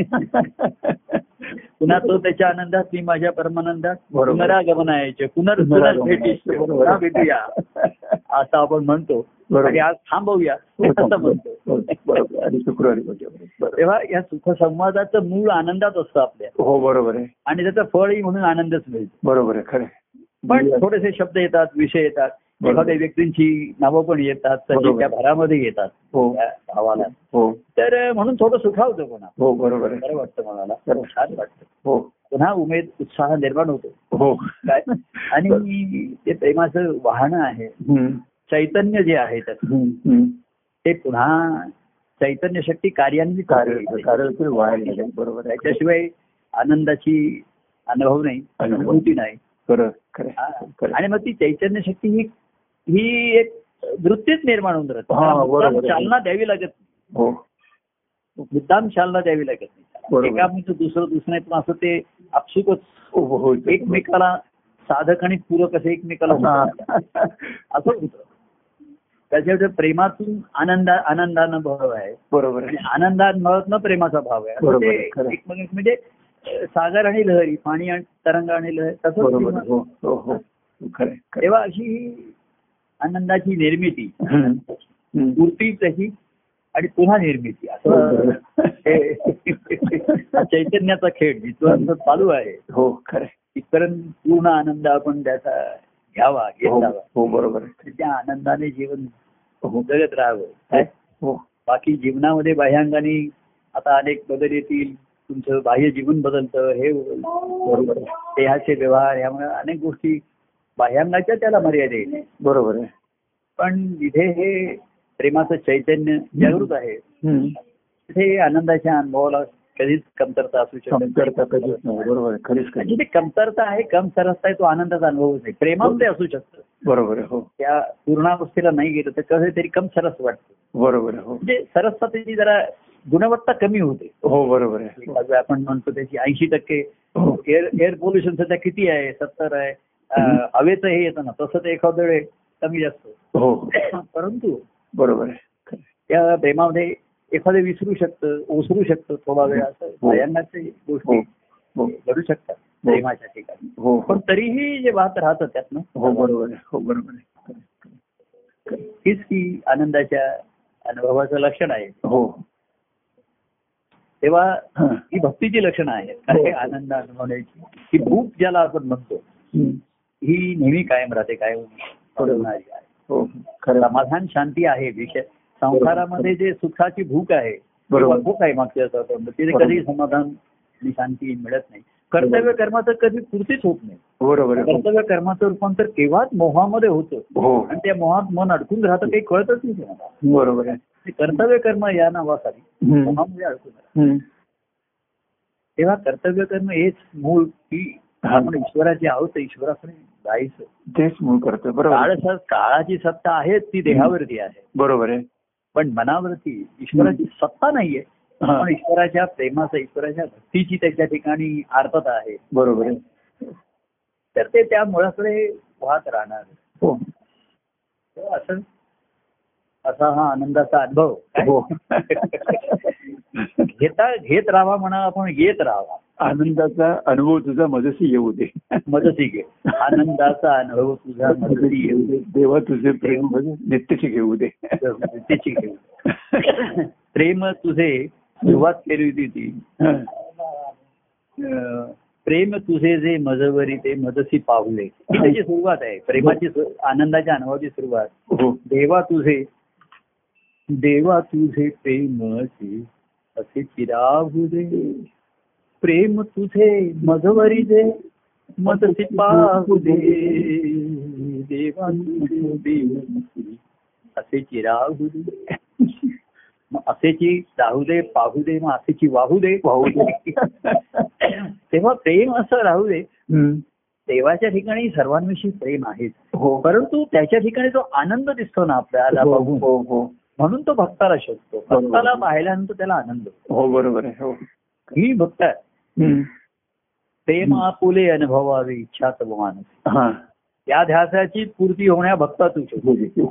पुन्हा तो त्याच्या आनंदात मी माझ्या परमानंदात बरोबर. पुनरागमनायचे पुनर पुनर भेटीचे बरोबर पुन्हा भेटूया असं आपण म्हणतो बरोबर. आणि आज थांबवूया असं म्हणतो हो, बरोबर. आणि शुक्रवारी बोलूया. बरोबर. तेव्हा या सुखसंवादाचं मूळ आनंदात असतं आपल्या हो बरोबर आहे आणि त्याचं फळही म्हणून आनंदच मिळतो बरोबर आहे खरं आहे. पण थोडेसे शब्द येतात विषय येतात बरोबर. एखाद्या व्यक्तींची नावं पण येतात तशी बरोबर. त्या भरामध्ये येतात हो त्या भावाला हो तर म्हणून थोडं सुखावतं कोणा हो बरोबर आहे बरं वाटतं मनाला बरोबर. छान वाटतं हो पुन्हा उमेद उत्साह निर्माण होतो हो काय आणि ते प्रेमाचं वाहन आहे हम्म, चैतन्य जे आहे त्याचं हम्म, हम्म. ते पुन्हा चैतन्य शक्ती कार्यान्वित कार्य होते. कार्य ते व्हायला लागेल. बरोबर आहे त्याच्याशिवाय आनंदाची अनुभव नाही अनुभव. अनुभूती नाही खरं खरं हा. खरं. आणि मग ती चैतन्य शक्ती ही ही एक वृत्तीच निर्माण होऊन राहते हा, त्याला बरोबर. मुद्दाम चालना द्यावी लागत नाही. हो मुद्दाम चालना द्यावी लागत नाही बरोबर. एका म्हणजे दुसरं दुसरं नाही पण असं ते आपसुकच हो हो एकमेकाला साधक आणि पूरक असे एकमेकाला होतात. हा. असं होतं त्याच्यावर प्रेमातून आनंद आनंदानं भाव आहे बरोबर आणि आहे आनंदानुभवातनं प्रेमाचा भाव आहे असं बरोबर ते आहे, खरं. एकमेक म्हणजे अं, सागर आणि लहरी पाणी आणि तरंग आणि लहरी तसंच बरोबर आहे. प्रेमाचं. हो हो हो खरं आहे, खरं आहे. तेव्हा अशी ही आनंदाची निर्मिती हम्म, हम्म. मूर्ती त्याची आणि पुन्हा निर्मिती असं बरोबर. हे चैतन्याचा खेळ जिथं चालू आहे हो खरं आहे. इतरन पूर्ण आनंद आपण त्याचा घ्यावा हो घेतावा हो बरोबर आहे आणि त्या आनंदाने जीवन हो जगत राहावं काय हो बाकी जीवनामध्ये बाह्यांगाने आता अनेक बदल येतील तुमचं बाह्य जीवन बदलतं हे होईल. बरोबर आहे देहाचे व्यवहार यामुळे अनेक गोष्टी बाह्यांगाच्या त्याला मर्यादा येतील बरोबर आहे पण जिथे हे प्रेमाचं चैतन्य जागृत आहे हम्म. तिथे आनंदाच्या अनुभवाला कधीच कमतरता असू शकत कमतरता कधीच नाही बरोबर आहे खरीच म्हणजे ते कधी कमतरता आहे कम सरसता आहे तो आनंदाचा अनुभवच नाही प्रेमामध्ये असू शकतं बरोबर आहे हो त्या पूर्णावस्थेला नाही गेलं तर कसं तरी कम सरस वाटतं बरोबर आहे हो म्हणजे सरसता त्याची जरा गुणवत्ता कमी होते हो बरोबर आहे एखादं आपण म्हणतो त्याची ऐंशी टक्के हो एअर एअर पोल्युशन सध्या किती आहे सत्तर आहे अं, हम्म. हवेचं हे येतं ना तसं ते एखाद वेळ कमी जास्त हो होतं. परंतु बरोबर आहे खरं आहे. त्या प्रेमामध्ये एखादं विसरू शकतं ओसरू शकतं थोडा वेळ असं हो. भयानाचे हो गोष्टी हो घडू शकतात प्रेमाच्या ठिकाणी हो पण तरीही जे वाहत राहतं त्यातनं हो बरोबर आहे हो बरोबर आहे खरं आहे, खरं हीच ही आनंदाच्या अनुभवाचं लक्षण आहे आहे. हो तेव्हा हा. ही भक्तीची लक्षणं आहेत हो. काय आनंद अनुभवण्याची ही भूक ज्याला आपण म्हणतो हम्म. ही नेहमी कायम राहते कायम अडवणारी आहे. हो खरं आहे. समाधान शांती आहे विषय संसारामध्ये जे सुखाची भूक आहे बरोबर. किंवा भूक आहे मागच्या याचा अर्थ म्हणजे तिथे बरोबर. कधी समाधान आणि शांती मिळत नाही कर्तव्य बरोबर. कर्माचं कधी पूर्तीच होत नाही बरोबर आहे कर्तव्य कर्माचं रूपांतर केव्हाच मोहामध्ये होतं हो आणि त्या मोहात मन अडकून राहतं काही कळतच नाही कोणाला. बरोबर आहे ते कर्तव्य कर्म या नावाखाली हम्म. मोहामध्ये अडकून राहतं. हम्म. तेव्हा कर्तव्य कर्म हेच मूळ की हा. आपण ईश्वराचे आहोत तर ईश्वराकडे जायचं तेच मूळ करतो बरोबर काळ आहे. काळाची सत्ता आहे ती देहावरती आहे बरोबर आहे पण मनावरती ईश्वराची सत्ता नाहीये हा. पण ईश्वराच्या प्रेमाचा ईश्वराच्या भक्तीची त्याच्या ठिकाणी आर्थता आहे बरोबर आहे तर ते त्या मुळाकडे वाहत राहणार हो तर असं असा हा आनंदाचा अनुभव काय? हो घेता घेत राहावा म्हणा आपण येत राहावा आनंदाचा अनुभव तुझा मजसी येऊ दे मदती घे आनंदाचा अनुभव तुझा मदती येऊ दे. देवा तुझे प्रेम नित्यशी घेऊ दे मदतीची घेऊ दे. प्रेम तुझे सुरुवात केली होती ती हा. अं, प्रेम तुझे जे मजवरी ते मजसी पावले ही त्याची सुरुवात आहे प्रेमाची सु- आनंदाच्या अनुभवाची सुरुवात हो देवा तुझे देवा तुझे प्रेमचे असे चिरावू दे प्रेम तुझे मजवरी दे मजसी पाहू दे देवा तुझे देवसी असे चिरावू दे मग असेची राहू दे पाहू दे मग असेची वाहू दे वाहू दे. तेव्हा प्रेम असं राहू दे हम्म. देवाच्या ठिकाणी सर्वांविषयी प्रेम आहे हो परंतु त्याच्या ठिकाणी जो आनंद दिसतो ना आपल्याला हो बघून हो हो म्हणून तो भक्ताला शोधतो बरोबर. भक्ताला पाहिल्यानंतर त्याला आनंद होतो हो बरोबर आहे हो ही भक्त आहे. हम्म. प्रेम आपुले अनुभवावी इच्छा तव मानस हा या ध्यासाची पूर्ती होण्या भक्तातून शोधतो हो देखील.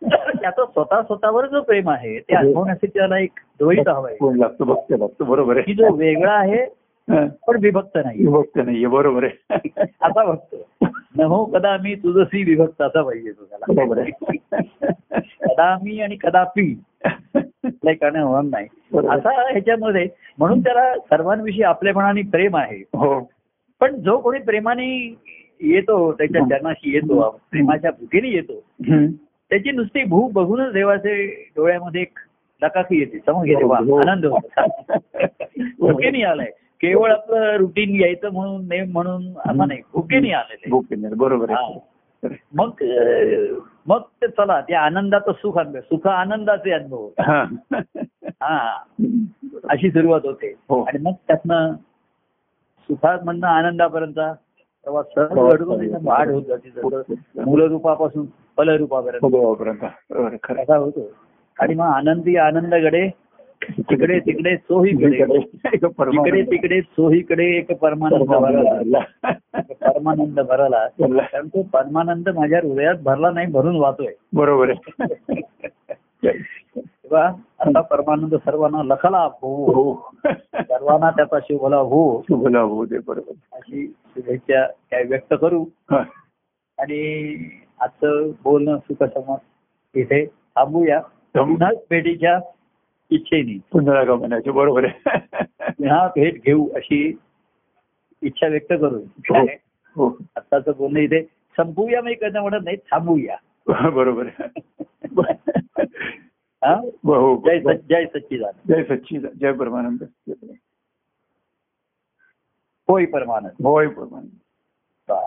तर त्याचा स्वतः स्वतःवर जो प्रेम आहे ते अनुभवण्यासाठी त्याला एक द्वैत हवं आहे हो, लागतो भक्त लागतो की बरोबर आहे जो वेगळा आहे हा. पण विभक्त नाही भक्त नाहीये बरोबर आहे असा भक्त नमो कदा मी तुझसी विभक्त असा पाहिजे बरोबर तुझ्याला आहे कदा मी आणि कदापि आपल्या कारण होणार नाही बरोबर. असा ह्याच्यामध्ये म्हणून त्याला सर्वांविषयी आपल्यापणाने प्रेम आहे हो पण जो कोणी प्रेमाने येतो त्याच्या चरणाशी येतो प्रेमाच्या भूकेने येतो हम्म. त्याची नुसती भूक बघूनच देवाचे डोळ्यामध्ये एक लकाकी येते समज येते वा हो. आनंद होतो भुकेने आलाय केवळ आपलं रुटीन यायचं म्हणून नेम म्हणून असा नाही भुकेने आलेले भूकेंद्र हो, बरोबर आहे मग अं, मग ते चला त्या आनंदाचं सुख अनुभव सुख आनंदाचे अनुभव हा. हा हम्म. अशी सुरुवात होते हो. आणि मग त्यातनं सुखात म्हणणं आनंदापर्यंतचा प्रवास सहज प्रवास घडून चालू एकदम होतो. वाढ होत जाते जसं मूलरूपापासून फलरूपापर्यंत स्वभावापर्यंत बरोबर आहे, हो, खरं आहे. असा होतो आणि मग आनंदी आनंदाकडे तिकडे तिकडे सोहीकडे इकडे परमानंद. तिकडे तिकडे सोहीकडे एक परमानंद भरला परमानंद. परमानंद भरला भरला. कारण तो परमानंद माझ्या हृदयात भरला नाही भरून वाहतोय बरोबर आहे तेव्हा आता परमानंद सर्वांना लखला हो हो सर्वांना त्याचा शिवभला हो शुभला होऊ दे बरोबर अशी शुभेच्छा काय व्यक्त करू हा. आणि आजचं बोलणं सुखसंवाद इथे थांबूया पुन्हा भेटीच्या इच्छेने पुनरागमनाचे बरोबर आहे पुन्हा भेट घेऊ अशी इच्छा व्यक्त करू हो. हो आत्ताचं बोलणं इथे संपवूया मी करणं म्हणत नाही थांबूया बरोबर आहे हा? हो, हो. जय सच जय सच्चिदानंद जय सच्चिद जय परमानंद होय परमानंद होय परमानंद बा.